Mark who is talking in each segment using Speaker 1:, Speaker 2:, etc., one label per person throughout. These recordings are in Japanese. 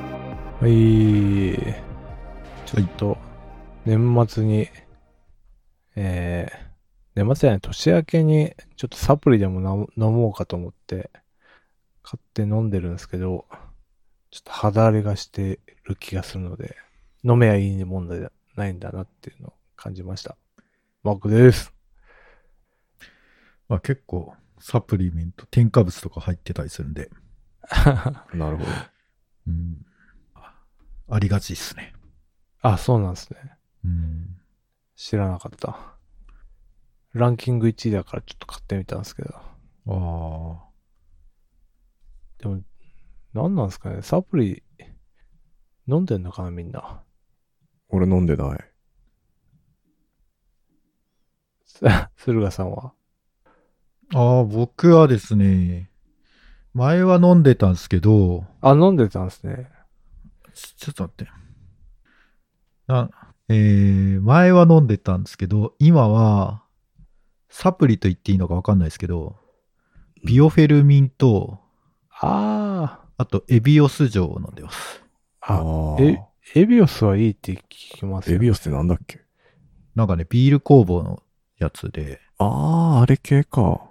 Speaker 1: はい。ちょっと、年末に、えー、年末じゃない、年明けに、ちょっとサプリでもな飲もうかと思って、買って飲んでるんですけど、ちょっと肌荒れがしてる気がするので、飲めやいいもんじゃないんだなっていうのを感じました。マークです。
Speaker 2: まあ、結構サプリメント添加物とか入ってたりするんで、
Speaker 3: なるほど。
Speaker 2: うん、ありがちですね、
Speaker 1: あ、そうなんですね。
Speaker 2: うん、
Speaker 1: 知らなかった。ランキング1位だからちょっと買ってみたんですけど。
Speaker 2: ああ
Speaker 1: でも、何なんですかね。サプリ、飲んでんのかな、みんな。
Speaker 3: 俺飲んでない。
Speaker 1: さ 駿河さんは。
Speaker 2: ああ僕はですね前は飲んでたんですけど
Speaker 1: あ、飲んでたんですね。
Speaker 2: ちちょっと待ってなえー、前は飲んでたんですけど今はサプリと言っていいのか分かんないですけどビオフェルミンと
Speaker 1: あ
Speaker 2: あとエビオス錠を飲んでます
Speaker 1: ああ。
Speaker 3: あ
Speaker 1: え、エビオスはいいって聞きますよ、
Speaker 3: エビオスってなんだっけ
Speaker 2: なんかねビール工房のやつで
Speaker 3: ああ、あれ系か。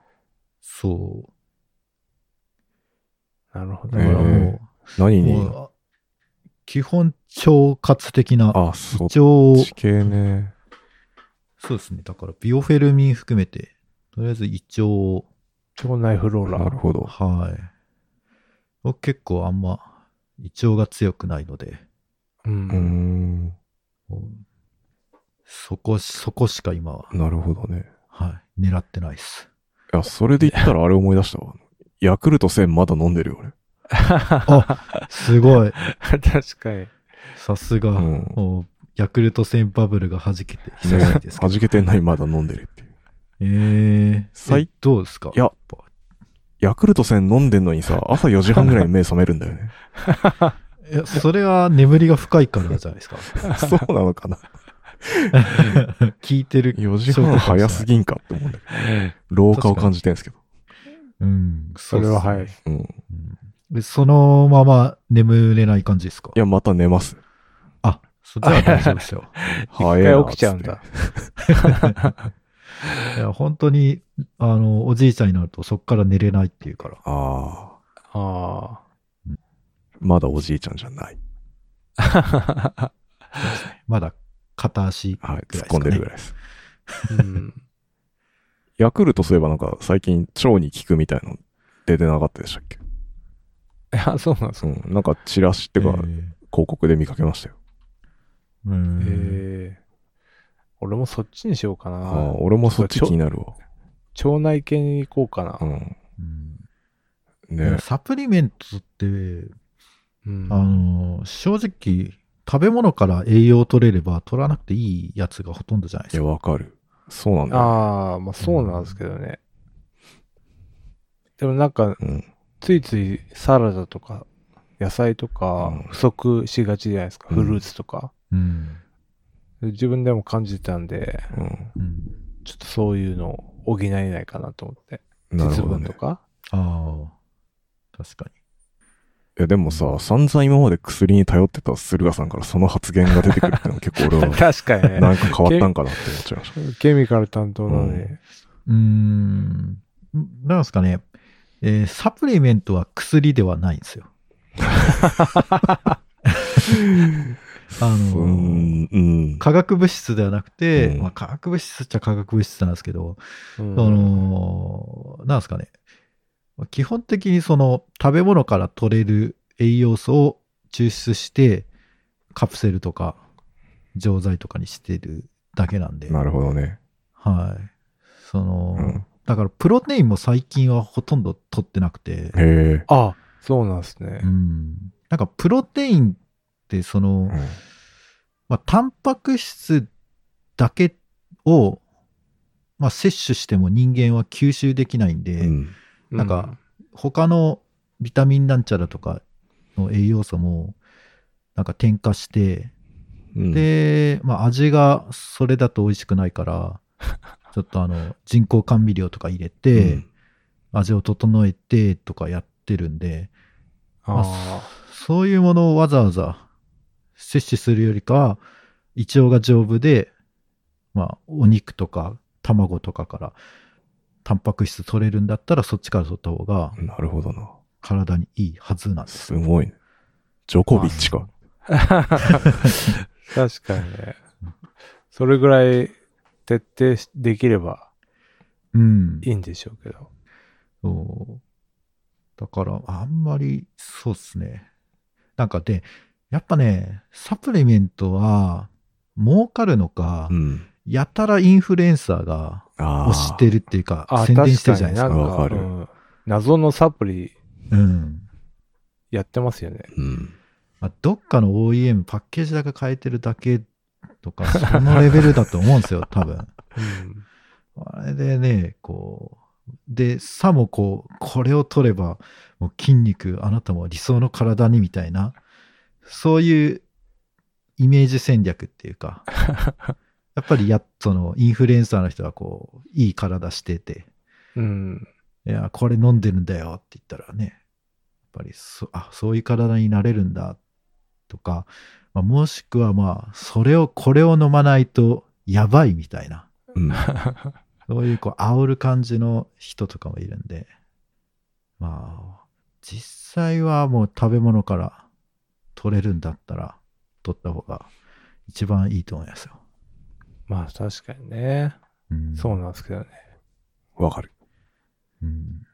Speaker 2: そう
Speaker 1: なるほど
Speaker 2: だから
Speaker 1: ね。
Speaker 2: もう、
Speaker 3: 何に
Speaker 2: もうあ基本腸活的な、
Speaker 3: あ、そっ
Speaker 2: 腸を、
Speaker 3: ち系ね。
Speaker 2: そうですね、だからビオフェルミン含めて、とりあえず胃腸を、
Speaker 1: 腸内フロー
Speaker 3: なる
Speaker 1: ラ。
Speaker 3: ほど。
Speaker 2: はい。僕結構あんま胃腸が強くないので、
Speaker 1: う
Speaker 3: うー
Speaker 1: ん。
Speaker 3: ん。
Speaker 2: もうそこ、そこしか今は、
Speaker 3: なるほどね。
Speaker 2: はい、狙ってないです。
Speaker 3: いや、それで言ったらあれ思い出したわ。ヤクルト1000まだ飲んでるよ、俺。
Speaker 2: す ごい。
Speaker 1: 確かに。
Speaker 2: さすが、
Speaker 3: うん
Speaker 2: もう、ヤクルト1000バブルが弾けて、久しぶり
Speaker 3: ね
Speaker 2: ですけど。
Speaker 3: 弾けてない、まだ飲んでるっていう。
Speaker 2: えー、
Speaker 3: 最
Speaker 2: えどうですか
Speaker 3: いやヤクルト1000飲んでんのに さ、朝4時半ぐらいに目覚めるんだよ ね。
Speaker 2: いや、それは眠りが深いからじゃないですか。
Speaker 3: そうなのかな。
Speaker 2: 聞いてる。
Speaker 3: 4時半早すぎんかって思うんだけど。老化を感じてんですけど。
Speaker 2: うん、
Speaker 1: それは早い。
Speaker 3: うん。い
Speaker 2: い。そのまま眠れない感じですか
Speaker 3: や、また寝ます。
Speaker 2: あ、そじゃあ大丈夫ですよ。
Speaker 1: 一
Speaker 3: 早い
Speaker 1: 回
Speaker 3: なっつって
Speaker 1: 起きちゃうんだ。。
Speaker 2: いや、本当に、あの、おじいちゃんになるとそっから寝れないっていうから。
Speaker 3: ああ。
Speaker 1: あ
Speaker 3: まだおじいちゃんじゃない。
Speaker 1: あ。
Speaker 2: まだ片足。
Speaker 3: はい、
Speaker 2: ぐらいで
Speaker 3: 突
Speaker 2: すかね
Speaker 3: っ込んでるぐらいです。
Speaker 1: うん。
Speaker 3: ヤクルトそういえばなんか最近腸に効くみたいの出てなかったでしたっけ
Speaker 1: いや、そうなんですか。
Speaker 3: うん。なんかチラシってか
Speaker 2: え
Speaker 3: 広告で見かけましたよ。
Speaker 2: ーうん
Speaker 1: ええ俺もそっちにしようか
Speaker 3: あ
Speaker 1: な。
Speaker 3: あ、俺もそっち気になるわ。
Speaker 1: 腸内系に行こうかな。
Speaker 3: うん。
Speaker 2: うん
Speaker 3: ね
Speaker 2: サプリメントって、
Speaker 1: うん
Speaker 2: あの、正直、食べ物から栄養を取れれば取らなくていいやつがほとんどじゃない
Speaker 3: い
Speaker 2: です
Speaker 3: や、
Speaker 2: か。
Speaker 3: わかる。そうなんだよ。
Speaker 1: ああ、まあそうなんですけどね。でもなんか、
Speaker 3: うん。
Speaker 1: ついついサラダとか、野菜とか
Speaker 3: うん、
Speaker 1: 不足しがちじゃないですか。
Speaker 3: う
Speaker 1: フ
Speaker 3: ん
Speaker 1: ルーツとか。
Speaker 2: うん。
Speaker 1: 自分でも感じてたんで、
Speaker 3: うん。
Speaker 2: うん、
Speaker 1: ちょっとそういうのを補えないかなと思って。
Speaker 3: なる
Speaker 1: 鉄
Speaker 3: ほど
Speaker 1: 分
Speaker 3: ね
Speaker 1: と。か。
Speaker 2: ああ、確かに。
Speaker 3: いや、でもさ、散々今まで薬に頼ってた駿河さんからその発言が出てくるってのは結 構俺は、
Speaker 1: 確かにね。
Speaker 3: なんか変わったんかなって思っちゃいまし
Speaker 1: ケミカル担当なのに。
Speaker 2: うーん。なんですかね、えーサプリメントは薬ではないんですよ。
Speaker 3: た。
Speaker 2: あのー
Speaker 3: うん、うん。
Speaker 2: 化学物質ではなくて、
Speaker 3: うん
Speaker 2: まあ、化学物質っちゃ化学物質なんですけど、
Speaker 1: うん
Speaker 2: その、なんですかね、基本的にその食べ物から取れる栄養素を抽出して、カプセルとか錠剤とかにしてるだけなんで、
Speaker 3: なるほどね。
Speaker 2: はい。その、
Speaker 3: うん。
Speaker 2: だからプロテインも最近はほとんど取ってなくて、
Speaker 3: へえ。
Speaker 1: あ、そうなんですね
Speaker 2: う。んなんかプロテインってその、
Speaker 3: うん
Speaker 2: まあ、タンパク質だけを、まあ、摂取しても人間は吸収できないんで、
Speaker 3: うん。
Speaker 2: なんか他のビタミンなんちゃらとかの栄養素もなんか添加して、
Speaker 3: うん、
Speaker 2: で、まあ、味がそれだと美味しくないから ちょっとあの人工甘味料とか入れ
Speaker 3: う
Speaker 2: て、
Speaker 3: ん
Speaker 2: 味を整えてとかやってるんで、
Speaker 1: うん、
Speaker 2: まあ
Speaker 1: あ
Speaker 2: そういうものをわざわざ摂取するよりかは、胃腸が丈夫で、まあ、お肉とか卵とかから、タンパク質取れるんだったら、そっちから取った方が
Speaker 3: なるほどな。
Speaker 2: 体にいいはずなんです。
Speaker 3: すごいね。ジョコビッチか。
Speaker 1: 確かにね。それぐらい徹底しできれば
Speaker 2: うん。
Speaker 1: いいんでしょうけど。
Speaker 2: そう。だから、あんまり、そうっすね。なんかで、やっぱね、サプリメントは、儲かるのか、
Speaker 3: うん。
Speaker 2: やたらインフルエンサーが
Speaker 3: あ
Speaker 2: 推
Speaker 3: あ。
Speaker 2: してるっていうか、
Speaker 1: あ、
Speaker 2: 宣
Speaker 1: 確
Speaker 2: 伝してるじ
Speaker 1: か
Speaker 2: ゃない
Speaker 1: に
Speaker 2: です
Speaker 1: な
Speaker 2: か。
Speaker 1: んか、
Speaker 3: わかる
Speaker 1: うん謎のサプリ
Speaker 2: うん。
Speaker 1: やってますよね。
Speaker 3: うん。
Speaker 2: まあ、どっかの OEM パッケージだけ変えてるだけとか、そのレベルだと思うんですよ、多
Speaker 1: う
Speaker 2: 分。
Speaker 1: ん
Speaker 2: あれでね、こう、で、さもこう、これを取れば、もう筋肉、あなたも理想の体にみたいな、そういうイメージ戦略っていうか、やっぱりや、その、インフルエンサーの人はこう、いい体してて、
Speaker 1: うん。
Speaker 2: いや、これ飲んでるんだよって言ったらね、やっぱりそ、あ、そういう体になれるんだとか、まあ、もしくはまあ、それを、これを飲まないとやばいみたいな、
Speaker 3: うん。
Speaker 2: そういうこう、煽る感じの人とかもいるんで、まあ、実際はもう食べ物から取れるんだったら、取った方が一番いいと思いますよ。
Speaker 1: まあ確かにね。
Speaker 2: うん、
Speaker 1: そうなんですけどね。
Speaker 3: わかる。
Speaker 2: うん。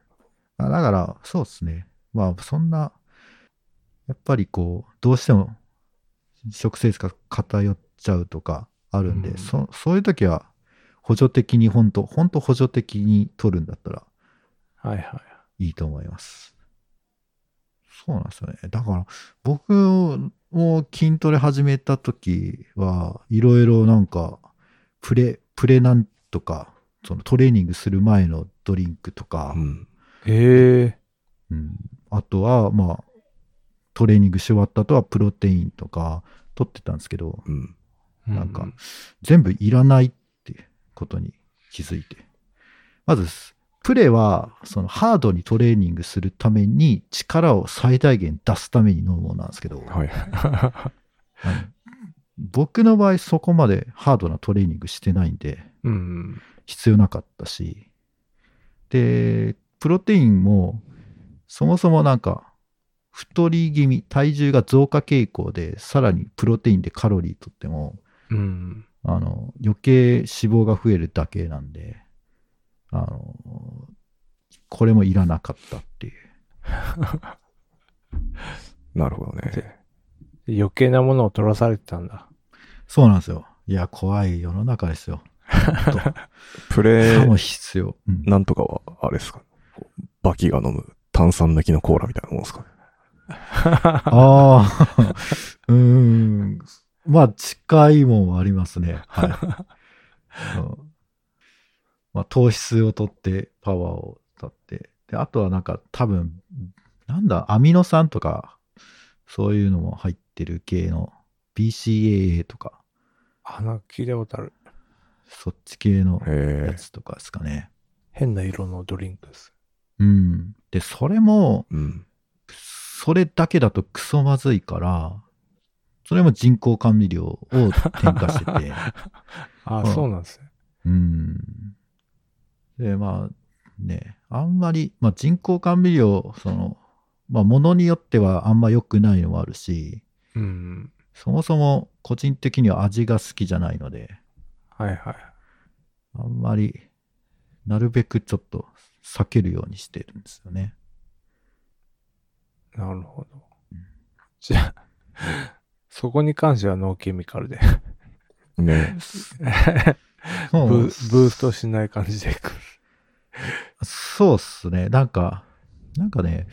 Speaker 2: あだから、そうですね。まあ、そんな、やっぱりこう、どうしても食生活が偏っちゃうとかあるんで、
Speaker 1: うん
Speaker 2: そそういう時は補助的に、本当本当補助的に取るんだったら
Speaker 1: はいはい
Speaker 2: いと思います。そうなんですよね。だから、僕も筋トレ始めた時は、いろいろなんか、プレ、プレなんとか、そのトレーニングする前のドリンクとか、
Speaker 3: うん。
Speaker 1: い。へえ。
Speaker 2: うん、あとは、まあ、トレーニングし終わった後はプロテインとか取ってたんですけど、
Speaker 3: うん。
Speaker 2: なんか全部いらないってことに気づいて。まず、プレは、そのハードにトレーニングするために力を最大限出すために飲むものなんですけど、
Speaker 3: はい。
Speaker 2: あの僕の場合そこまでハードなトレーニングしてないんで、
Speaker 1: うん。うん。
Speaker 2: 必要なかったし、で、プロテインも、そもそもなんか、太り気味、体重が増加傾向で、さらにプロテインでカロリーとっても、
Speaker 1: うん。
Speaker 2: あの、余計脂肪が増えるだけなんで、あの、これもいらなかったっていう。
Speaker 3: なるほどね。
Speaker 1: 余計なものを取らされてたんだ。
Speaker 2: そうなんですよ。いや、怖い世の中ですよ。ほんと
Speaker 3: プレ
Speaker 2: さ
Speaker 3: ー
Speaker 2: も必要。うん
Speaker 3: なんとかは、あれですか、こうバキが飲む炭酸抜きのコーラみたいなもんですかね。
Speaker 2: ああ、 うーん。まあ、近いもんはありますね。はい。 うんまあ、糖質をとって、パワーをとって。で、あとはなんか多分、なんだ、アミノ酸とか、そういうのも入ってる系の BCAA とか、
Speaker 1: あ、なんか聞いたことある。
Speaker 2: そっち系のや
Speaker 3: へえ。
Speaker 2: つとかですかね。
Speaker 1: 変な色のドリンクです。
Speaker 2: うん。で、それも、
Speaker 3: うん。
Speaker 2: それだけだとクソまずいから、それも人工甘味料を添加してて。
Speaker 1: あ、
Speaker 2: うん
Speaker 1: そうなんですね。
Speaker 2: うん。で、まあね、あんまり、まあ人工甘味料、その、まあものによってはあんま良くないのもあるし、
Speaker 1: うん。
Speaker 2: そもそも個人的には味が好きじゃないので、
Speaker 1: はいはい。
Speaker 2: あんまり、なるべくちょっと避けるようにしてるんですよね。
Speaker 1: なるほど。じゃあ、そこに関してはノーケミカルで、
Speaker 3: ね
Speaker 2: そ
Speaker 1: ブ
Speaker 2: う
Speaker 1: ブーストしない感じでいく。
Speaker 2: そうっすね。なんか、なんかね、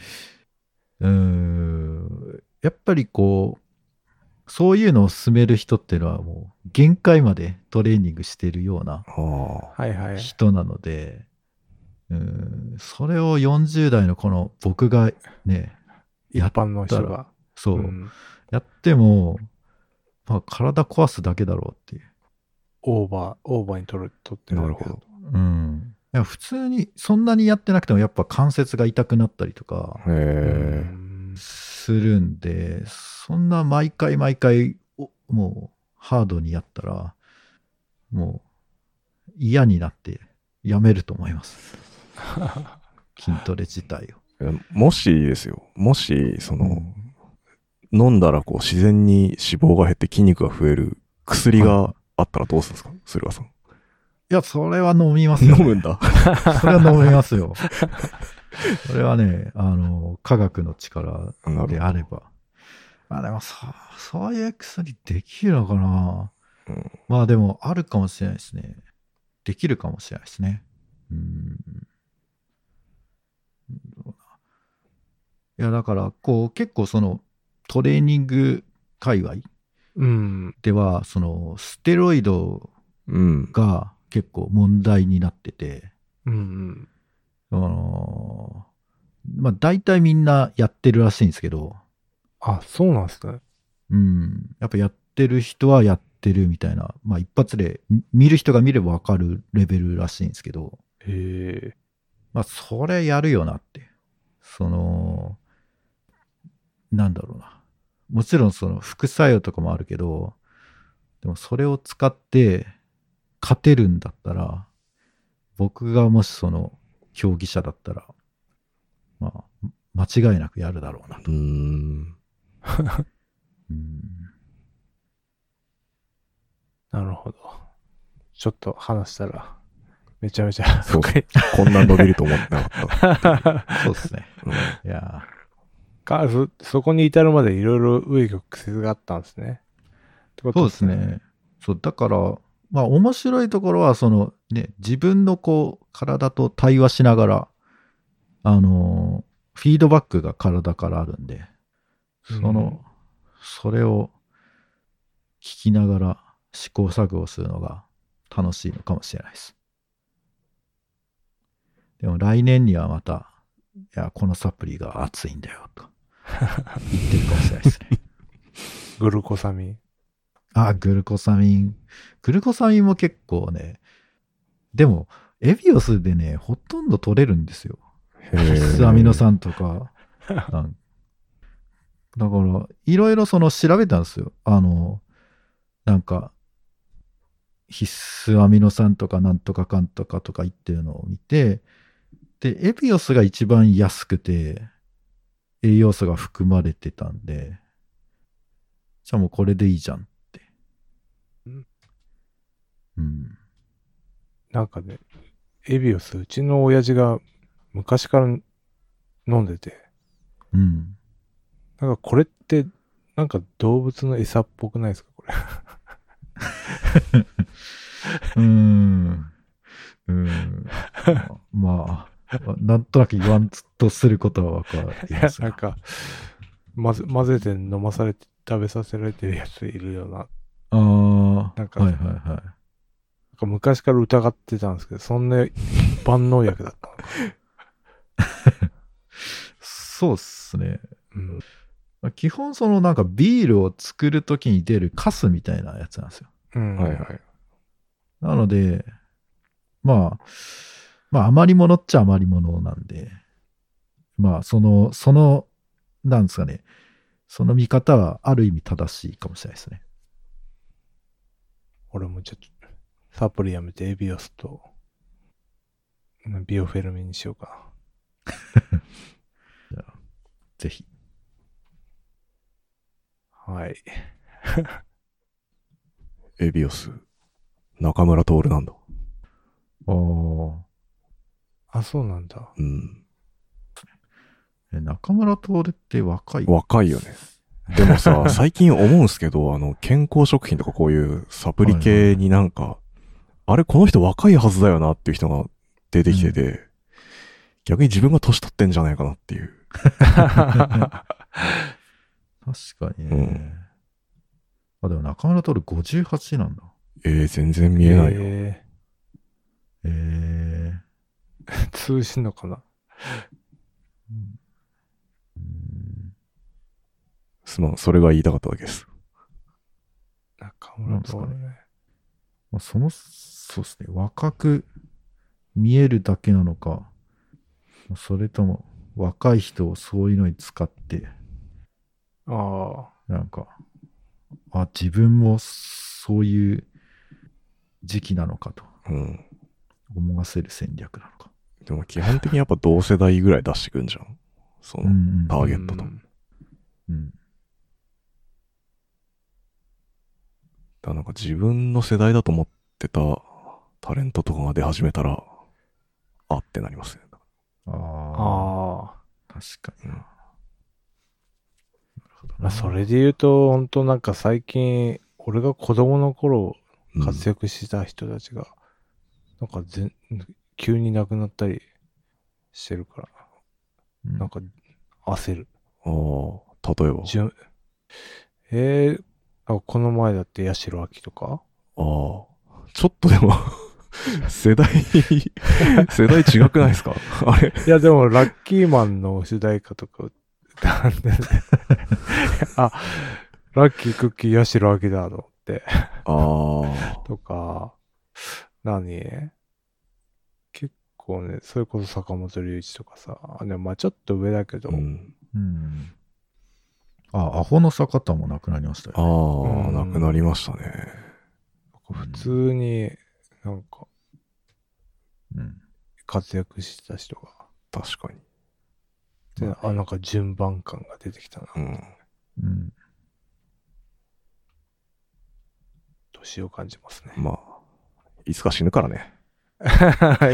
Speaker 2: うーん、やっぱりこう、そういうのを進める人っていうのはもう限界までトレーニングしてるような
Speaker 3: は
Speaker 1: はいはい。
Speaker 2: 人なので、うーん、それを40代のこの僕がね、
Speaker 1: 一般の人が。
Speaker 2: そう、
Speaker 1: うん
Speaker 2: やっても、まあ体壊すだけだろうっていう。
Speaker 1: オーバー、オーバーに取る、取って
Speaker 3: あ。
Speaker 1: るだ
Speaker 3: なる
Speaker 1: けだ
Speaker 3: ほど。
Speaker 2: うん。いや普通に、そんなにやってなくてもやっぱ関節が痛くなったりとか、
Speaker 3: へ
Speaker 1: う
Speaker 3: え。
Speaker 1: ん
Speaker 2: すするんで、そんな毎回毎回、おもうハードにやったら、もう嫌になってやめると思います。筋トレ自体を。
Speaker 3: もしですよ、もし、その、
Speaker 2: うん
Speaker 3: 飲んだらこう自然に脂肪が減って筋肉が増える薬があったらどうするんですか駿河さん。
Speaker 2: いや、それは飲みますよ、
Speaker 3: 飲
Speaker 2: ね。
Speaker 3: むんだ。
Speaker 2: それは飲みますよ。それはね、あの、科学の力
Speaker 3: な
Speaker 2: で
Speaker 3: る
Speaker 2: あれば。まあでもそ、そういう薬できるのかな、
Speaker 3: うん
Speaker 2: まあでも、あるかもしれないですね。できるかもしれないですね。うん。どうないや、だから、こう、結構その、トレーニング界隈
Speaker 1: うん。
Speaker 2: では、その、ステロイド
Speaker 3: うん。
Speaker 2: が結構問題になってて、
Speaker 1: うんうん。
Speaker 2: あのーまあ大体みんなやってるらしいんですけど、
Speaker 1: あ、そうなんですね。
Speaker 2: うん、やっぱやってる人はやってるみたいな、まあ一発でみ見る人が見ればわかるレベルらしいんですけど、
Speaker 1: へえ。
Speaker 2: まあそれやるよなって。その、なんだろうな。もちろんその副作用とかもあるけど、でもそれを使って勝てるんだったら、僕がもしその競技者だったら、まあ、間違いなくやるだろうなと。
Speaker 3: うん。
Speaker 2: うん、
Speaker 1: なるほど。ちょっと話したら、めちゃめちゃ
Speaker 3: そうそう
Speaker 1: 深い。
Speaker 3: こんな伸びると思ってなかった。
Speaker 2: そうですね。
Speaker 3: うん
Speaker 2: いや
Speaker 1: かそ、そこに至るまでいろいろ紆余曲折があったんですね。ってこ
Speaker 2: ー、そ
Speaker 1: と
Speaker 2: うです。ね。そう、だから、まあ面白いところは、そのね、自分のこう、体と対話しながら、あのーフィードバックが体からあるんで、その、
Speaker 1: うん
Speaker 2: それを聞きながら試行錯誤するのが楽しいのかもしれないです。でも来年にはまた、いや、このサプリが熱いんだよ、と言ってるかもしれないですね。
Speaker 1: グルコサミン。
Speaker 2: あ、グルコサミン。グルコサミンも結構ね、でも、エビオスでね、ほとんど取れるんですよ。
Speaker 3: へ
Speaker 2: スアミノ酸とか。なんだから、いろいろその調べたんですよ。あの、なんか、必須アミノ酸とかなんとかかんとかとか言ってるのを見て、で、エビオスが一番安くて、栄養素が含まれてたんで、じゃあもうこれでいいじゃんって
Speaker 1: うん。
Speaker 2: うん。
Speaker 1: なんかね、エビオス、うちの親父が昔から飲んでて、
Speaker 2: うん。
Speaker 1: なんかこれって、なんか動物の餌っぽくないですかこれ。
Speaker 2: うーん。うーん。まあ、まあなんとなく言わんとすることはわか
Speaker 1: い
Speaker 2: り
Speaker 1: や
Speaker 2: ま す
Speaker 1: な
Speaker 2: が
Speaker 1: んか、混ぜ、混ぜて飲まされて、食べさせられてるやついるよな。
Speaker 2: ああ、
Speaker 1: なんか
Speaker 2: はいはいはい。
Speaker 1: なんか昔から疑ってたんですけど、そんな万能薬だったのか。
Speaker 2: そうっすね。
Speaker 1: うん。
Speaker 2: まあ基本そのなんかビールを作るときに出るカスみたいなやつなんですよ。
Speaker 1: うん。
Speaker 3: はいはい。
Speaker 2: なので、まあ、まあ余り物っちゃ余り物なんで、まあその、その、なんですかね、その見方はある意味正しいかもしれないですね。
Speaker 1: 俺もちょっと、サプリやめてエビオスと、うんビオフェルミンにしようか
Speaker 2: ぜひ。
Speaker 1: な。はい。
Speaker 3: エビオス。中村徹なんだ。
Speaker 2: ああ。
Speaker 1: あ、そうなん だ。
Speaker 3: うん。
Speaker 2: え中村徹って若い
Speaker 3: 若いよね。でも さ、最近思うんすけど、あの、健康食品とかこういうサプリ系になんか、あれこの人若いはずだよなっていう人が出てきてて、逆に自分が年取ってんじゃないかなっていう。
Speaker 2: 確かにね。あ、でも中村徹58なんだ。
Speaker 3: えー、全然見えないよ。
Speaker 1: え
Speaker 2: ええうん
Speaker 1: ー、通信のかな
Speaker 2: うん
Speaker 3: すまん、それが言いたかっただけです。
Speaker 1: 中村徹
Speaker 2: なんです
Speaker 1: ね。
Speaker 2: まあ、その、そうですね。若く見えるだけなのか、それとも若い人をそういうのに使って
Speaker 1: あ
Speaker 2: なんか、あ、自分もそういう時期なのかと
Speaker 3: うん。
Speaker 2: 思わせる戦略なのか。
Speaker 3: でも基本的にやっぱ同世代ぐらい出してくんじゃん。その、
Speaker 2: んん
Speaker 3: タ
Speaker 1: あ。
Speaker 3: ーゲットと。
Speaker 1: う
Speaker 3: だか
Speaker 1: ん
Speaker 2: うん。
Speaker 3: らなんか自分の世代だと思ってたタレントとかが出始めたら、あってなりますね。
Speaker 2: あ
Speaker 1: ああ。
Speaker 2: あ、確かにな。なるほどな
Speaker 1: まあ、それで言うと、本当なんか最近、俺が子供の頃
Speaker 3: うん
Speaker 1: 活躍してた人たちが、なんか全、急に亡くなったりしてるから、
Speaker 2: うん
Speaker 1: なんか焦る。
Speaker 3: ああ、例えば。
Speaker 1: じゅんえー、あこの前だって八代亜紀と か
Speaker 3: ああ、ちょっとでも、 世代、 世代違くないですかあれ
Speaker 1: いや、でも、ラッキーマンの主題歌とか歌うんで、あ、ラッキークッキー八代亜紀だと思って、
Speaker 3: あ
Speaker 1: とか、何結構ね、それこそ坂本龍一とかさ、あでもまあちょっと上だけ
Speaker 3: あ、
Speaker 1: ど、
Speaker 3: うん。
Speaker 2: うん。あ、アホの坂田もなくなりましたよ。
Speaker 3: ああ、
Speaker 1: うん
Speaker 3: なくなりましたね。
Speaker 1: 普通になんか
Speaker 2: うん。
Speaker 1: 活躍してた人が、
Speaker 3: 確かに。
Speaker 1: であ、なんか順番感が出てきたな。
Speaker 3: うん。
Speaker 2: うん。
Speaker 1: 年を感じます ね。
Speaker 3: まあ、いつか死ぬからね。
Speaker 1: い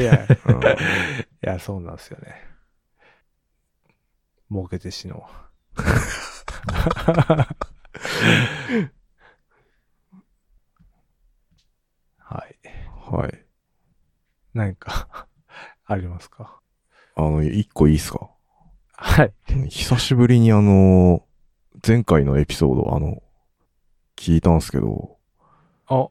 Speaker 1: や、い
Speaker 3: うん、
Speaker 1: や、そうなんですよね。儲けて死の う。はい。
Speaker 3: はい。
Speaker 1: 何か、 ありますか
Speaker 3: あの、一個いいっすか
Speaker 1: はい。
Speaker 3: 久しぶりにあの、前回のエピソード、あの、聞いたんすけど、
Speaker 1: あ、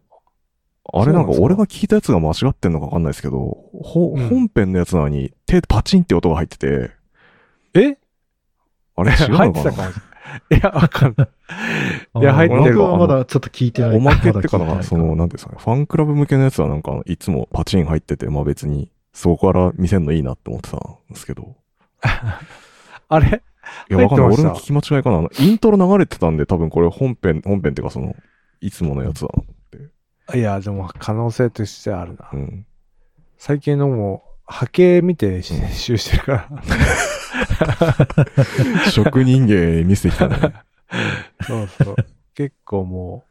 Speaker 3: あれなんか
Speaker 1: そうな
Speaker 3: 俺
Speaker 1: んすか
Speaker 3: が聞いたやつが間違ってんのかわかんないですけど、ほ
Speaker 1: うん
Speaker 3: 本編のやつなのに手パチンって音が入ってて、
Speaker 1: え
Speaker 3: あれ違う
Speaker 1: 入
Speaker 3: の
Speaker 1: ってた
Speaker 3: かな
Speaker 1: かないや、わかん ない。いや
Speaker 2: あ
Speaker 1: 入ってる
Speaker 2: 僕はまだちょっと聞いてない。
Speaker 3: おまけってかな、
Speaker 2: まだ聞いてい
Speaker 3: その、なんていうんですかね、ファンクラブ向けのやつはなんか、いつもパチン入ってて、まあ別に、そこから見せんのいいなって思ってたんですけど。
Speaker 1: あれ
Speaker 3: いや、わかんない。
Speaker 1: 入ってまし
Speaker 3: 俺
Speaker 1: た
Speaker 3: の聞き間違いかな。あのイントロ流れてたんで、多分これ本編、本編っていうかその、いつものやつだ
Speaker 1: いや、でも可能性としてあるな
Speaker 3: な。。うん。
Speaker 1: 最近のも、波形見て編集してる から。
Speaker 3: 職人芸見せてきた ね。
Speaker 1: そうそう。結構も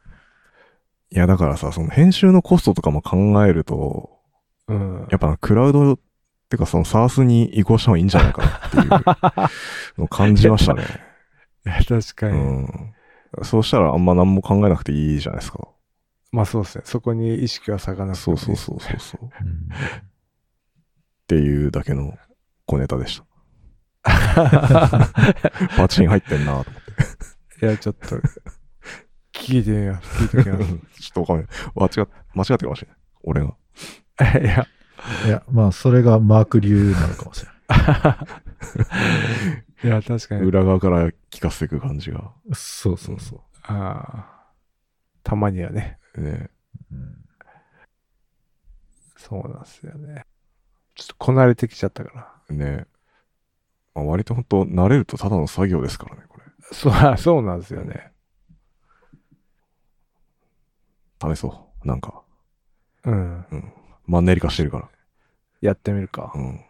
Speaker 3: いや、だからさ、その編集のコストとかも考えると、
Speaker 1: う、うん。
Speaker 3: やっぱクラウドってかその SARS に移行した方がいいんじゃないかなっていうのを感じま したね。
Speaker 1: いや確か
Speaker 3: う
Speaker 1: に。
Speaker 3: ん。そうしたらあんま何も考えなくていいじゃないですか。
Speaker 1: まあそうですね。そこに意識は咲かなくて
Speaker 3: そ
Speaker 1: も
Speaker 3: う
Speaker 1: いい
Speaker 3: そうそうそうそう。っ
Speaker 2: ないうん
Speaker 3: ていうだけの小ネタでした。パチン入ってんなと思っ て。
Speaker 1: いや、ちょっと、聞いてみます。聞いてみま
Speaker 3: ちょ っとわかんない。間違っ、間違ってるかもしれない。俺が。
Speaker 1: す。いや、
Speaker 2: いや、まあ、それがマーク流なのかもしれない。
Speaker 1: いや、確かに。
Speaker 3: 裏側から聞かせていく感じが。
Speaker 2: そうそうそう。
Speaker 1: あーたまにはね。
Speaker 3: ね。
Speaker 2: うん
Speaker 1: そうなんですよね。ちょっとこなれてきちゃったから。
Speaker 3: ね。まあ、割と本当慣れるとただの作業ですからね、これ。
Speaker 1: そう、 そうなんですよね。
Speaker 3: 試そう。なんか、
Speaker 1: うん。
Speaker 3: マンネリ化してるから。
Speaker 1: やってみるか
Speaker 3: う。ん。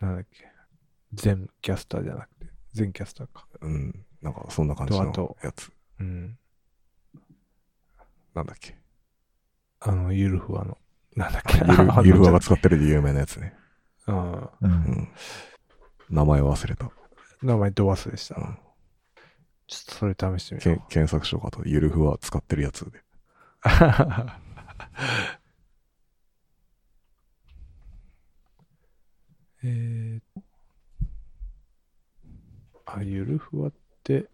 Speaker 1: なんだっけ。全キャスターじゃなくて、全キャスターか。
Speaker 3: うん。なんか、そんな感じ
Speaker 1: とあと
Speaker 3: のやつ。
Speaker 1: うん。
Speaker 3: なんだっ け。
Speaker 1: あの、ゆるふわの。なんだっけ。
Speaker 3: ゆる、ゆる わが使ってるで有名なやつね。
Speaker 1: うん。
Speaker 2: う。
Speaker 3: うんん。名前忘れた。
Speaker 1: 名前ドバスでした。
Speaker 3: うん
Speaker 1: ちょっとそれ試してみ
Speaker 3: け
Speaker 1: よう。
Speaker 3: 検索しようかと。ゆるふわ使ってるやつで。
Speaker 1: えーっと、あ、ゆるふわって、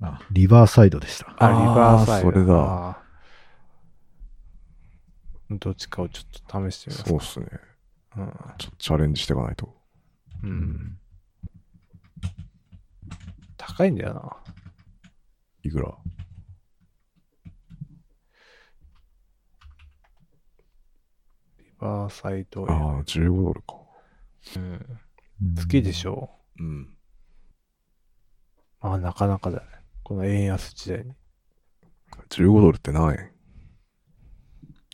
Speaker 2: あリバーサイドでした。
Speaker 1: あ、
Speaker 3: あ
Speaker 1: リ
Speaker 3: ー
Speaker 1: バーサイド。
Speaker 3: それだ
Speaker 1: あー。どっちかをちょっと試してみます
Speaker 3: そうっすね。
Speaker 1: か。
Speaker 3: ちょっとチャレンジしていかないと。
Speaker 1: うん。うん、高いんだよな。
Speaker 3: いくら
Speaker 1: リバーサイド。
Speaker 3: ああ、15ドルか。
Speaker 1: うん、
Speaker 2: うん
Speaker 1: 好きでしょ
Speaker 3: うん。
Speaker 1: う。ああ、なかなかだね。この円安時代に。
Speaker 3: 15ドルって何円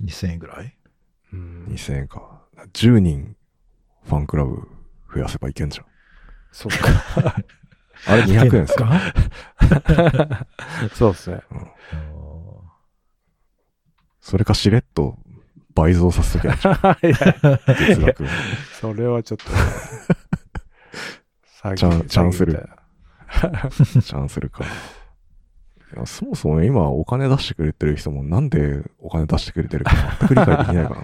Speaker 2: 2000円ぐらい
Speaker 1: うん
Speaker 3: ?2000 円か。10人ファンクラブ増やせばいけんじゃん。
Speaker 1: そっ か。
Speaker 3: あれ200円ですか
Speaker 2: か
Speaker 1: そうですね。
Speaker 3: それかしれっと倍増させときゃ、
Speaker 1: いや
Speaker 3: 月額。
Speaker 1: それはちょっと。 詐欺
Speaker 3: チャンチャンスル。
Speaker 1: 詐欺みたいな
Speaker 3: チャンスるか。いやそもそも今お金出してくれてる人もなんでお金出してくれてるか全く理解できない か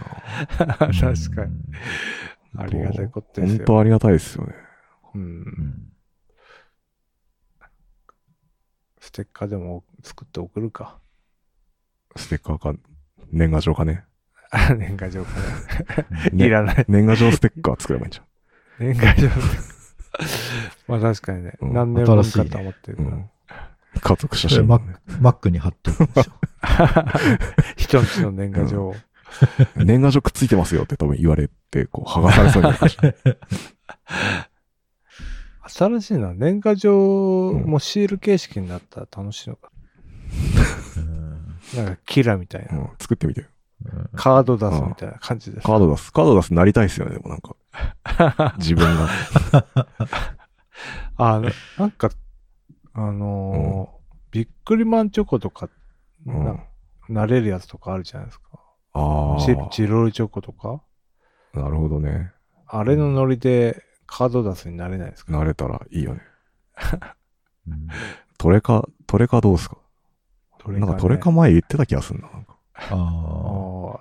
Speaker 3: らな。
Speaker 1: 確かに。
Speaker 2: に。
Speaker 1: ありがたいことです
Speaker 3: 本
Speaker 1: よ。
Speaker 3: 当ありがたいですよね。
Speaker 1: う。
Speaker 2: うんん
Speaker 1: ステッカーでも作って送るか。
Speaker 3: ステッカーか、年賀状かね。
Speaker 1: 年賀状か
Speaker 3: ね
Speaker 1: いらない。
Speaker 3: 年賀状ステッカー作ればいいんじ
Speaker 1: 年賀状。 まあ確かにね。
Speaker 3: うん
Speaker 1: 何年分
Speaker 2: 新しい
Speaker 1: か
Speaker 2: ね
Speaker 1: と思ってる
Speaker 3: ゃ
Speaker 1: か
Speaker 3: ん。う
Speaker 1: ら。
Speaker 3: ん。家族写
Speaker 2: それ
Speaker 3: 真、
Speaker 2: マ
Speaker 3: ね。
Speaker 2: ック、マックに貼っておくんでしょ。
Speaker 1: 人んちの年賀状を。
Speaker 3: 年賀状くっついてますよって多分言われて、こう、剥がされそうになるかもしれない
Speaker 1: 新しいな。年賀状もシール形式になったら楽しいのか。
Speaker 2: うん
Speaker 1: なんかキラみたい な。
Speaker 3: うん。作ってみてよ。
Speaker 2: うん
Speaker 1: カード出すみたいな感じです。
Speaker 3: カード出す。カード出すなりたいですよね、でもなん か。自分が。
Speaker 1: あの、なんか、あのービックリマンチョコとか、
Speaker 3: うん。
Speaker 1: な慣れるやつとかあるじゃないですか。
Speaker 3: あ
Speaker 1: チ
Speaker 3: あ。
Speaker 1: チロルチョコとか。
Speaker 3: なるほどね。
Speaker 1: あれのノリでカード出すになれないですか
Speaker 3: 慣れたらいいよね。
Speaker 2: うん
Speaker 3: トレカ、トレカどうすか
Speaker 1: ト
Speaker 3: なんかトレカ前言ってた気がするな。なんか
Speaker 2: あ
Speaker 1: あ
Speaker 2: あ。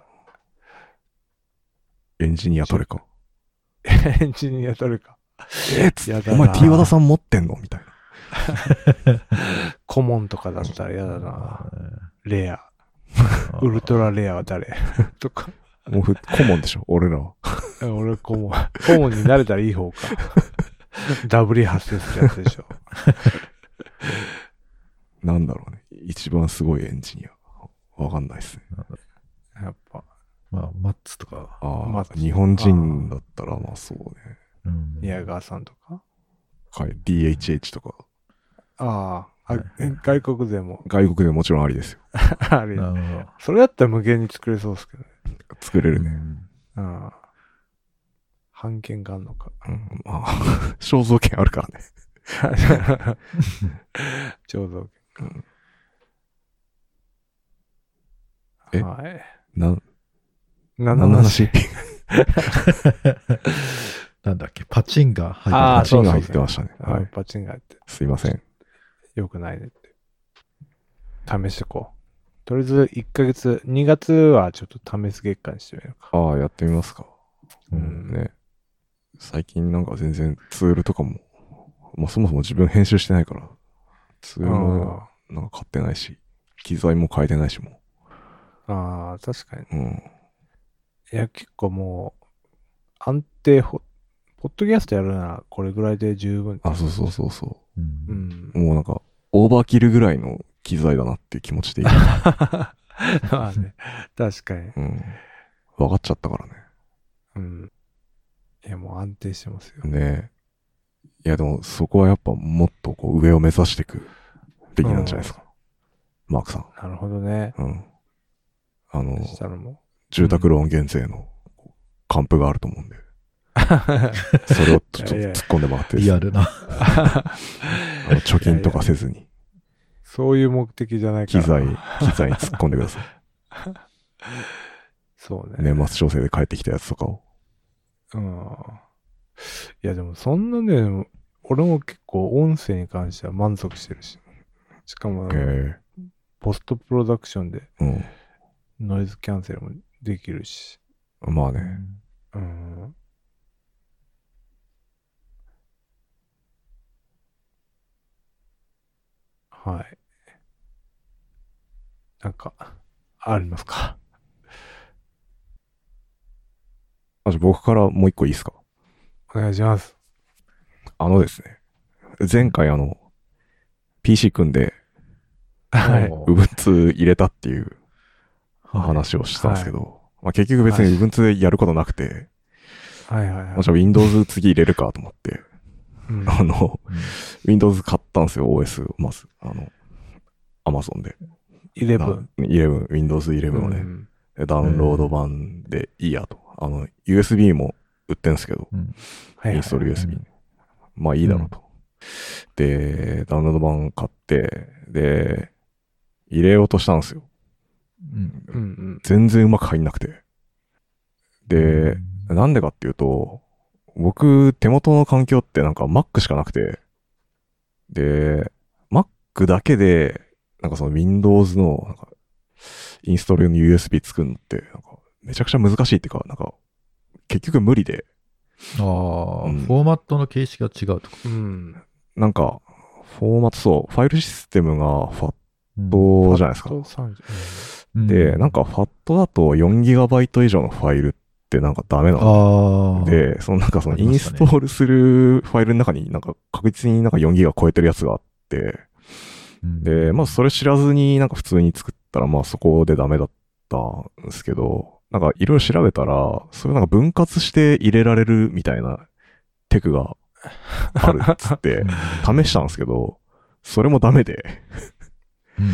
Speaker 1: ー
Speaker 3: エンジニアトレカ。
Speaker 1: エンジニアトレカ。
Speaker 3: えっつ
Speaker 1: や
Speaker 3: っ
Speaker 1: だ
Speaker 3: て、
Speaker 1: な
Speaker 3: お前 T 和田さん持ってんのみたいな。
Speaker 1: コモンとかだったら嫌だな。レア。ウルトラレアは誰 とか。
Speaker 3: もうふ、顧問でしょ俺らは。
Speaker 1: 俺コモン。コモンになれたらいい 方か。ダブリ発生するやつでしょ。
Speaker 3: なんだろうね。一番すごいエンジニア。わかんないっすね。
Speaker 1: やっぱ。
Speaker 2: まあ、マッツとか、
Speaker 3: ああ、
Speaker 1: まあ
Speaker 3: 日本人だったら、まあそうね。
Speaker 2: うん
Speaker 1: 宮川さんとか。
Speaker 3: はい DHH とか。
Speaker 1: ああ、
Speaker 2: は
Speaker 1: あ
Speaker 2: い
Speaker 1: 外国勢も
Speaker 3: 外国でもちろんありですよ。
Speaker 1: あれ
Speaker 2: なるほど
Speaker 1: それだったら無限に作れそうですけどね。
Speaker 3: 作れるね。
Speaker 1: うん。判権があるの か。
Speaker 3: うん、まあ、 肖像権あるからね。
Speaker 1: 醸造権。
Speaker 3: え
Speaker 1: はい。
Speaker 3: なん、
Speaker 1: 7
Speaker 3: 何の話
Speaker 2: なんだっけ、パチンが入
Speaker 1: あ
Speaker 3: パ
Speaker 1: ー
Speaker 3: チ
Speaker 1: そ
Speaker 3: ン
Speaker 1: う
Speaker 3: が
Speaker 1: そう
Speaker 3: 入ってましたね。は
Speaker 1: はい
Speaker 3: い。。
Speaker 1: パチンがやって、
Speaker 3: すいません。
Speaker 1: よくないねって。試してこう。とりあえず1ヶ月、2月はちょっと試す月間にしてみるか。
Speaker 3: ああ、やってみますか。
Speaker 1: う
Speaker 2: うん
Speaker 1: ん。
Speaker 3: ね。最近なんか全然ツールとかも、まあそもそも自分編集してないから、ツールも
Speaker 1: あ
Speaker 3: なんか買ってないし、機材も変えてないしも
Speaker 1: ーあー、確かに。
Speaker 3: う。うん。
Speaker 1: いや、結構もう、安定ほ、ポッドキャストやるならこれぐらいで十分。
Speaker 3: あ、そうそうそうそう
Speaker 1: うんん
Speaker 3: う。。もうなんか、オーバーキルぐらいの機材だなっていう気持ちで い る。
Speaker 1: まあね、確かに。
Speaker 3: うん。分かっちゃったからね。
Speaker 1: うん。いや、もう安定してますよ。
Speaker 3: ねえ。いやでもそこはやっぱもっとこう上を目指していくべきなんじゃないですか。マークさん。
Speaker 1: なるほどね。
Speaker 3: うん。あの
Speaker 1: そ、したらも
Speaker 3: 住宅ローン減税のこう還付があると思うんで。それをちょっと
Speaker 1: いやいや
Speaker 3: 突っ込んでもらっていいで
Speaker 2: リ
Speaker 3: すか
Speaker 2: アルな。
Speaker 3: あの貯金 とかせずに、
Speaker 1: う、そういう目的じゃないか
Speaker 3: 機
Speaker 1: ら。
Speaker 3: 材、機材に突っ込んでく ださい。
Speaker 1: そうね。
Speaker 3: 年末調整で帰ってきたやつとかを。
Speaker 1: うん。いや、でもそんなね、俺も結構音声に関しては満足してるし。しかも、
Speaker 3: え
Speaker 1: ポストプロダクションで
Speaker 3: え
Speaker 1: ノイズキャンセルもできるし。
Speaker 3: うん。まあね。
Speaker 1: うん。はい。なんか、ありますか
Speaker 3: あじゃあ僕からもう一個いいですか
Speaker 1: お願いします。
Speaker 3: あのですね。前回あの、PC 組んで、
Speaker 1: はい。
Speaker 3: Ubuntu 入れたっていう
Speaker 2: はい
Speaker 3: 話をしたんですけど、まあ、結局別に Ubuntu でやることなくて、
Speaker 1: はいはい
Speaker 3: まあ、
Speaker 1: は
Speaker 3: じゃあ Windows 次入れるかと思って、
Speaker 1: うん
Speaker 3: あの、
Speaker 2: うん
Speaker 3: Windows 買ったんですよ、OS をまず。あの、Amazon で。
Speaker 1: 11。
Speaker 3: な11、Windows 11をね。
Speaker 1: うん
Speaker 3: でダウンロード版でいいやと。あの、USB も売ってんすけど、
Speaker 1: はいはい
Speaker 3: インストール USB
Speaker 2: うん。
Speaker 3: まあいいだろうと。で、ダウンロード版買って、で、入れようとしたんですよ。
Speaker 2: うん
Speaker 1: うんうん。
Speaker 3: 全然うまく入んなくて。で、なんでかっていうと、僕、手元の環境ってなんか Mac しかなくて、で、Mac だけで、なんかその Windows の、なんか、インストール用の USB 作るのって、なんか、めちゃくちゃ難しいっていうか、なんか、結局無理で、
Speaker 2: ああ、
Speaker 3: うん
Speaker 2: フォーマットの形式が違うとか。
Speaker 1: うん。
Speaker 3: なんか、フォーマットそう、ファイルシステムが FAT
Speaker 2: うん
Speaker 3: じゃないですか
Speaker 1: パ。ッと30
Speaker 2: うん
Speaker 3: で、なんか FAT だと 4GB 以上のファイルってなんかダメな
Speaker 2: あ
Speaker 3: の
Speaker 2: あ。、
Speaker 3: で、そのなんかそ
Speaker 2: あ
Speaker 3: のイ
Speaker 2: りま
Speaker 3: ン
Speaker 2: した
Speaker 3: ス
Speaker 2: ね
Speaker 3: トールするファイルの中になんか確実になんか4ギガ超えてるやつがあって、
Speaker 2: うん
Speaker 3: で、まあそれ知らずになんか普通に作ったらまあそこでダメだったんですけど、なんかいろいろ調べたら、それなんか分割して入れられるみたいなテクがあるっつって
Speaker 2: うん、
Speaker 3: 試したんですけど、それもダメで。
Speaker 2: うん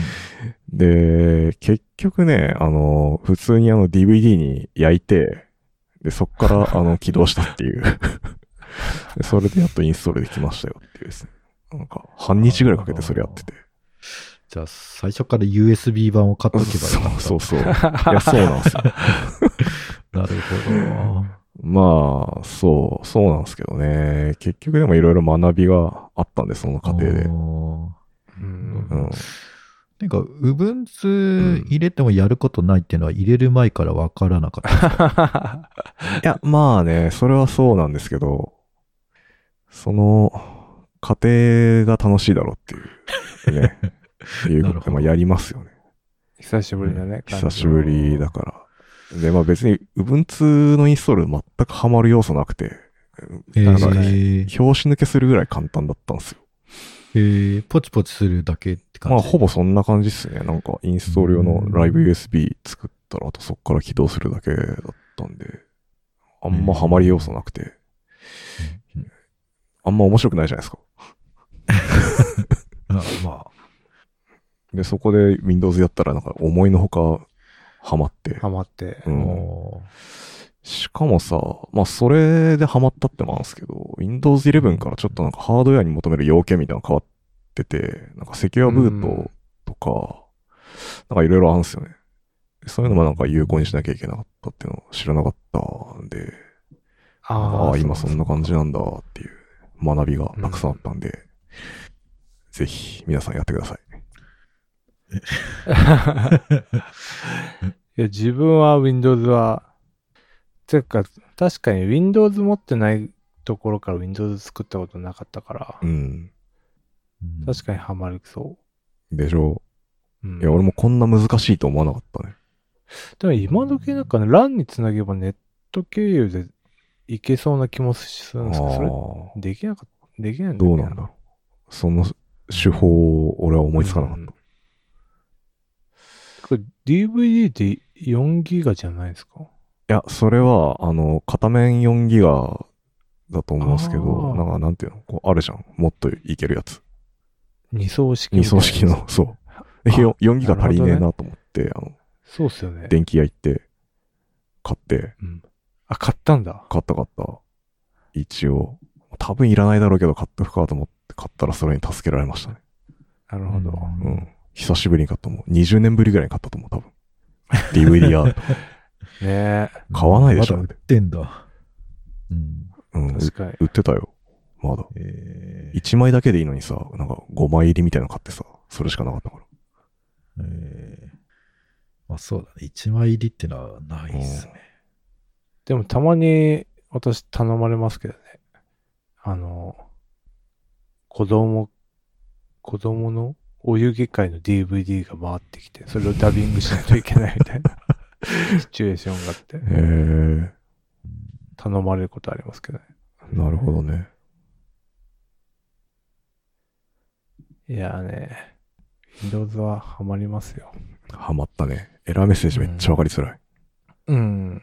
Speaker 3: で、結局ね、あの、普通にあの DVD に焼いて、で、そっ からあの起動したっていう。でそれでやっとインストールできましたよっていうですね。なんか、半日ぐらいかけてそれやってて。
Speaker 2: じゃあ、最初から USB 版を買っとけばよか
Speaker 3: そ
Speaker 2: った
Speaker 3: うそうそう。いや、そうなんですよ。
Speaker 2: なるほ
Speaker 3: まあ、そう、そうなんですけどね。結局でもいろいろ学びがあったんで、その過
Speaker 2: ど。
Speaker 3: 程
Speaker 1: う。
Speaker 2: おー
Speaker 3: で。うんん。
Speaker 2: なんか、Ubuntu 入れてもやることないっていうのは入れる前からわからなかった。
Speaker 3: いや、まあね、それはそうなんですけど、その、過程が楽しいだろうってい う、ね。い
Speaker 2: なる
Speaker 3: うことで、
Speaker 2: ほど
Speaker 3: まあやりますよね。
Speaker 1: 久しぶりだね。
Speaker 3: 久しぶりだから。で、まあ別に、Ubuntu のインストール全くハマる要素なくて、
Speaker 2: え
Speaker 3: だからね
Speaker 2: ー
Speaker 3: 拍子抜けするぐらい簡単だったんですよ。
Speaker 2: えーポチポチするだけって感じ。
Speaker 3: まあほぼそんな感じっすね。なんか、インストール用のライブ USB 作ったら、あとそっから起動するだけだったんで、あんまハマり要素なくて
Speaker 2: うんうん、
Speaker 3: あんま面白くないじゃないですか。
Speaker 2: あまあ。
Speaker 3: で、そこで Windows やったらなんか思いのほかハマって。
Speaker 1: ハマって
Speaker 3: う。ん、
Speaker 2: お
Speaker 3: しかもさ、まあそれでハマったってもあるんですけど、Windows 11からちょっとなんかハードウェアに求める要件みたいなの変わってて、なんかセキュアブートとか、なんかいろいろあるんですよね。そういうのもなんか有効にしなきゃいけなかったっていうのを知らなかったんで、あ
Speaker 1: あ
Speaker 3: あ、
Speaker 1: あ、
Speaker 3: 今そんな感じなんだっていう学びがたくさんあったんで、ぜひ皆さんやってください。
Speaker 1: いや、自分は Windows は、てか、確かに Windows 持ってないところから Windows 作ったことなかったから
Speaker 3: う、ん。
Speaker 2: ー
Speaker 1: 確かにハマるそ
Speaker 3: でしょ
Speaker 1: う。うん
Speaker 3: う。いや、俺もこんな難しいと思わなかったね。
Speaker 1: でも今時なんかね、LAN につなげばネット経由でいけそうな気もするんですけど、それ
Speaker 3: あ
Speaker 1: できなかった、できない
Speaker 3: ー
Speaker 1: だっ
Speaker 3: ど
Speaker 1: け
Speaker 3: うなんだろう。その手法を俺は思いつかなかっ
Speaker 1: うん
Speaker 3: た。
Speaker 1: これ DVD で4ギガじゃないですか
Speaker 3: いや、それは、あの、片面4ギガだと思うんですけ
Speaker 1: あ
Speaker 3: ど、
Speaker 1: ー
Speaker 3: なんかなんていうのこうあるじゃん。もっといけるやつ。
Speaker 1: 二層式み
Speaker 3: 二
Speaker 1: たいな
Speaker 3: 層式の、そう。でよ4ギガ足りねえなと思って、あの、
Speaker 1: そうっすよね
Speaker 3: 電気屋行って、買って、
Speaker 1: うん、あ買ったんだ
Speaker 3: 買った買った。一応、多分いらないだろうけど買っとくかと思って買ったらそれに助けられましたね。
Speaker 1: なるほど、
Speaker 2: うん
Speaker 3: うん。久しぶりに買ったもん。20年ぶりぐらいに買ったと思う、多分。DVD アート。
Speaker 1: ねえ
Speaker 3: 買わないでしょ
Speaker 2: まだ売ってんだ。うん。
Speaker 3: うん。
Speaker 1: 確かに
Speaker 3: 売ってたよ。まだ。
Speaker 2: えー
Speaker 3: 1枚だけでいいのにさ、なんか5枚入りみたいなの買ってさ、それしかなかったから。
Speaker 2: えーまあそうだね。1枚入りってのはないですね。
Speaker 1: でもたまに私頼まれますけどねあの子供子供のお遊戯会の DVD が回ってきてそれをダビングしないといけないみたい なシチュエーションがあって
Speaker 3: へえ、
Speaker 1: 頼まれることありますけどね
Speaker 3: なるほどね。
Speaker 1: いやーね Windows はハマりますよ
Speaker 3: ハマったね。エラーメッセージめっちゃわかりづらい。
Speaker 1: うん。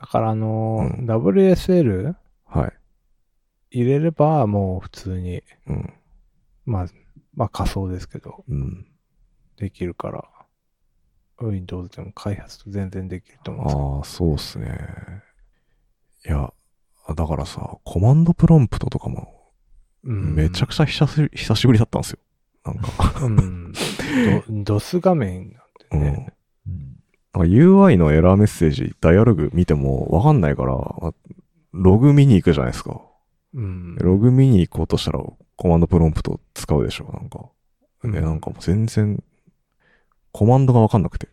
Speaker 1: だからあのー
Speaker 3: う
Speaker 1: WSL
Speaker 3: はい。
Speaker 1: 入れれば、もう普通に、
Speaker 3: うん。
Speaker 1: まあ、まあ仮想ですけど、
Speaker 3: うん。
Speaker 1: できるから、Windows でも開発と全然できると思うんですけど
Speaker 3: ああ、そうっすね。いや、だからさ、コマンドプロンプトとかも、
Speaker 1: うん
Speaker 3: めちゃくちゃ久し久しぶりだったんですよ。なんか、
Speaker 1: うん。ド DOS 画面
Speaker 3: う。
Speaker 1: なんんで
Speaker 3: なん
Speaker 1: ね。
Speaker 2: うん
Speaker 3: か UI のエラーメッセージ、ダイアログ見てもわかんないから、あログ見に行くじゃないですか。
Speaker 1: うん。
Speaker 3: ログ見に行こうとしたら、コマンドプロンプト使うでしょ、なんか。
Speaker 1: うん
Speaker 3: で、なんかもう全然、コマンドがわかんなくて。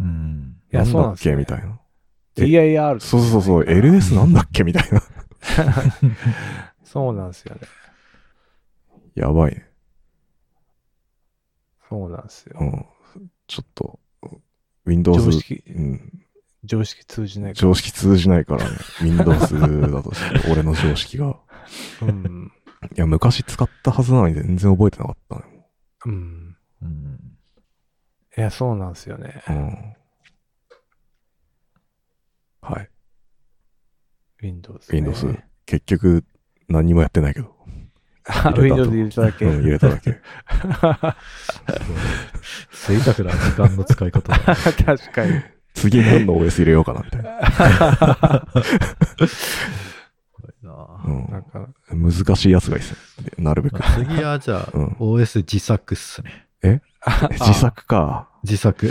Speaker 2: うん。
Speaker 1: いや
Speaker 3: なん
Speaker 1: そう
Speaker 3: だ
Speaker 1: なん
Speaker 3: っ
Speaker 1: ですよね
Speaker 3: けみたいな。え
Speaker 1: DIR
Speaker 3: そうそうそう、LS なんだっけみたいな。
Speaker 1: そうなんですよね。
Speaker 3: やばいね。
Speaker 1: そうなんですよ。
Speaker 3: うん。ちょっと、
Speaker 1: 常
Speaker 3: Windows、
Speaker 1: 識、
Speaker 3: うん、
Speaker 1: 常識通じないか
Speaker 3: 常識通じないからね。Windows だとして 俺の常識が。
Speaker 1: ら。うん。
Speaker 3: いや、昔使ったはずなのに全然覚えてなかったね。
Speaker 1: うん。
Speaker 2: うん。
Speaker 1: いや、そうなんですよね。
Speaker 3: うん。はい。
Speaker 1: Windows ね。
Speaker 3: Windows。結局、何もやってないけど。
Speaker 1: あ
Speaker 3: 入れたと
Speaker 1: Windows 入れただけ。
Speaker 3: うん、入れただけ。
Speaker 2: すごい贅沢な時間の使い方だ。
Speaker 1: 確かに。
Speaker 3: 次何の OS 入れようかな、みたいな。
Speaker 1: なんか、
Speaker 3: うん。難しいやつがいいっすね。でなるべく。
Speaker 2: 次はじゃ あ、
Speaker 3: うん
Speaker 2: OS 自作っすね。
Speaker 3: 自作か。
Speaker 2: 自作。い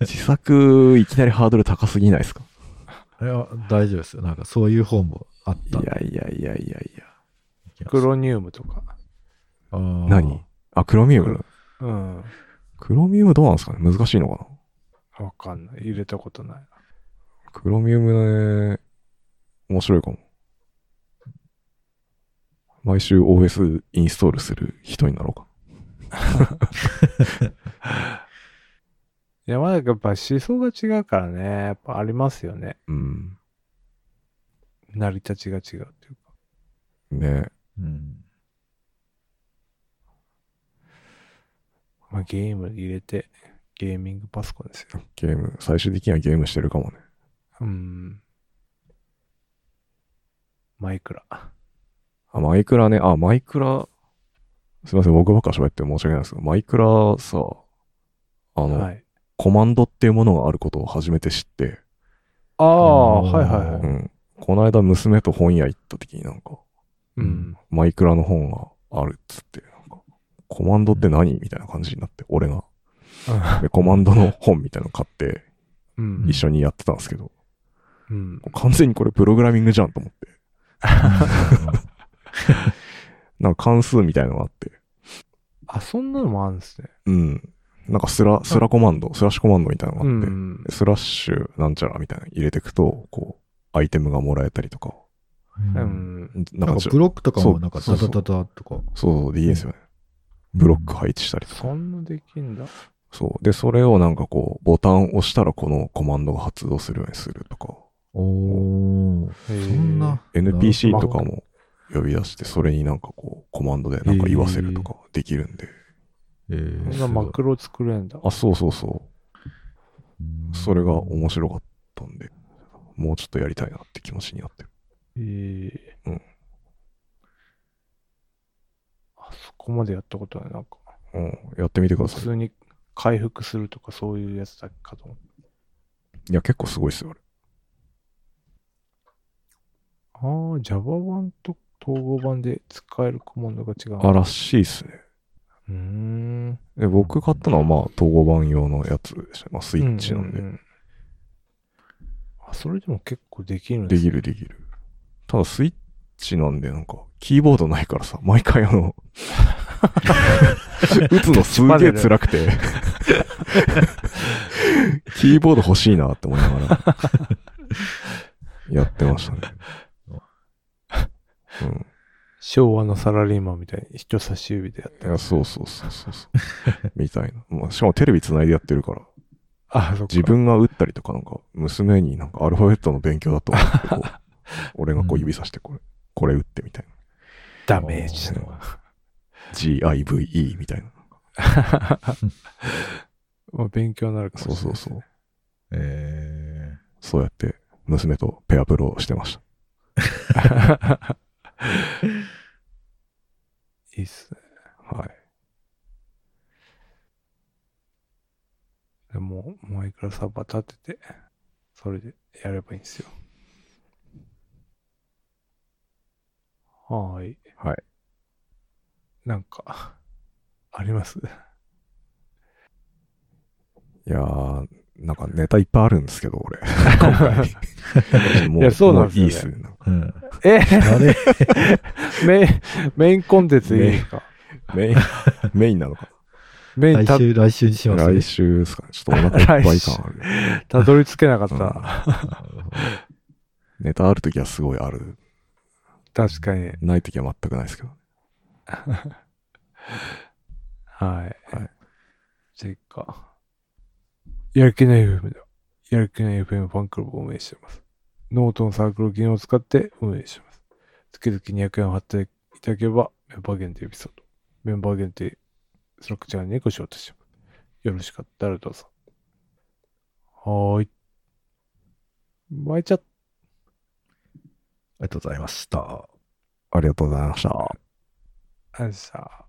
Speaker 3: 自作、いきなりハードル高すぎないですか
Speaker 2: や、大丈夫ですよ。なんかそういう本もあっ
Speaker 3: い
Speaker 2: た
Speaker 3: や。いやいやいやいや。
Speaker 1: クロニウムとか。
Speaker 3: 何
Speaker 2: 何
Speaker 3: あ、クロミウム。
Speaker 1: うん。
Speaker 3: クロミウムどうなんですかね難しいのか
Speaker 1: わかんない。入れたことない。
Speaker 3: なクロミウムね、面白いかも。毎週 OS インストールする人になろうか。
Speaker 1: いや、まだやっぱ思想が違うからね。やっぱありますよね。
Speaker 3: うん。
Speaker 1: 成り立ちが違うっていうか。
Speaker 3: ね
Speaker 2: うん。
Speaker 1: まあ、ゲーム入れて、ゲーミングパソコンですよ。
Speaker 3: ゲーム、最終的にはゲームしてるかもね。
Speaker 1: うん。マイクラ。
Speaker 3: あ、マイクラね。あ、マイクラ。すいません、僕ばっか喋って申し訳ないですけど、マイクラさ、あの、
Speaker 1: はい。
Speaker 3: コマンドっていうものがあることを初めて知って、
Speaker 1: ああ、
Speaker 2: うん
Speaker 1: はいはいは
Speaker 3: う
Speaker 1: い。
Speaker 3: ん。この間娘と本屋行った時になんか、
Speaker 1: うん。
Speaker 3: マイクラの本があるっつって、なんか、コマンドって何みたいな感じになって、俺が。で、コマンドの本みたいなの買って、
Speaker 1: うん
Speaker 3: 一。緒にやってたんですけど、
Speaker 1: うん。
Speaker 3: 完全にこれプログラミングじゃんと思って。なんか関数みたいのがあって、
Speaker 1: あ、そんなのもあるんですね。
Speaker 3: うん。なんかスラ、スラコマンド、スラッシュコマンドみたいなの
Speaker 1: う
Speaker 3: があって、
Speaker 1: ん。
Speaker 3: スラッシュなんちゃらみたいなの入れていくと、こう、アイテムがもらえたりとか、
Speaker 1: う
Speaker 2: うん
Speaker 1: ん。
Speaker 3: な
Speaker 2: なんんか
Speaker 3: かちょ
Speaker 2: ブロックとかもなんか
Speaker 3: そ
Speaker 2: ダ
Speaker 3: うそ
Speaker 2: ダ
Speaker 3: う
Speaker 2: ダダとか。
Speaker 3: そうそうでいいんですよね。ブロック配置したりとか。
Speaker 1: そんなできんだ。
Speaker 3: そう。で、それをなんかこう、ボタンを押したらこのコマンドが発動するようにするとか、
Speaker 2: おー。
Speaker 1: そ
Speaker 2: そんな。
Speaker 3: NPC とかも呼び出して、それになんかこう、コマンドでなんか言わせるとかできるん
Speaker 2: え
Speaker 3: で。
Speaker 2: ー
Speaker 1: そんなマクロ作れんだ。
Speaker 3: あ、そうそうそう。
Speaker 2: うん
Speaker 3: それが面白かったんで、もうちょっとやりたいなって気持ちになってる。
Speaker 1: ええ。
Speaker 3: うん
Speaker 1: あそこまでやったことない。なんか、
Speaker 3: うん。やってみてくだ
Speaker 1: 普
Speaker 3: さい。
Speaker 1: 通に回復するとかそういうやつだけかと思
Speaker 3: いや、結構すごいっすよ、あれ。
Speaker 1: った。ああ、Java 版と統合版で使えるコマンドが違う。
Speaker 3: あ、らしいっすね。
Speaker 1: うーん。
Speaker 3: で僕買ったのはまあ、統合版用のやつでした。まあ、スイッチなんで
Speaker 1: う。うあ、それでも結構できるん
Speaker 3: でき
Speaker 1: る。
Speaker 3: るできる。ただスイッチなんでなんか、キーボードないからさ、毎回あ の、打つのすげえ辛く て、キーボード欲しいなって思いながら、やってましたね。うん
Speaker 1: 昭和のサラリーマンみたいに人差し指でやって。
Speaker 3: いや、そうそうそうそうそう。みたいな。まあ、しかもテレビ繋いでやってるから、
Speaker 1: あ、そっか。
Speaker 3: 自分が打ったりとかなんか、娘になんかアルファベットの勉強だと思ってこう、俺がこう指さしてこれ、これ打ってみたいな。
Speaker 1: ダメージの。
Speaker 3: GIVE みたいな。
Speaker 1: まあ勉強になるか
Speaker 3: そ
Speaker 1: も
Speaker 3: う
Speaker 1: し
Speaker 3: そ
Speaker 1: れないうです
Speaker 3: そう。
Speaker 2: え
Speaker 3: そうやって、娘とペアプロをしてました。
Speaker 1: ね。 いいっすね。
Speaker 3: はい。
Speaker 1: でも、マイクロサーバー立てて、それでやればいいんですよ。はーい。
Speaker 3: はい。
Speaker 1: なんか、あります
Speaker 3: いやー、なんかネタいっぱいあるんですけど、 俺。今回も
Speaker 1: いやそうなんですよね
Speaker 3: もいいっすね。
Speaker 2: うん。
Speaker 1: え
Speaker 2: あれ
Speaker 1: メイン、メインコンテンツいいですか
Speaker 3: メイン、 メインなのか。
Speaker 1: メイン
Speaker 2: 来
Speaker 1: た
Speaker 2: 週、来週にします、
Speaker 3: 来週ですかね。ちょっとお腹いっぱい感ある。
Speaker 1: たどり着けなかった。
Speaker 3: ネタあるときはすごいある。
Speaker 1: 確かに。
Speaker 3: ないときは全くないですけど。
Speaker 1: はい。
Speaker 3: はい
Speaker 1: じゃあいっか。やる気ない FM だ。やる気ない FM ファンクラブを運営しています。ノートのサークル機能を使って運営しています。月々200円を貼っていただければ、メンバー限定エピソード、メンバー限定スラックチャンネルにご招待しています。よろしかったらどうぞ。はーい。まいちゃっ
Speaker 2: ありがとうございました。
Speaker 3: ありがとうございました。
Speaker 1: た。あっしゃー。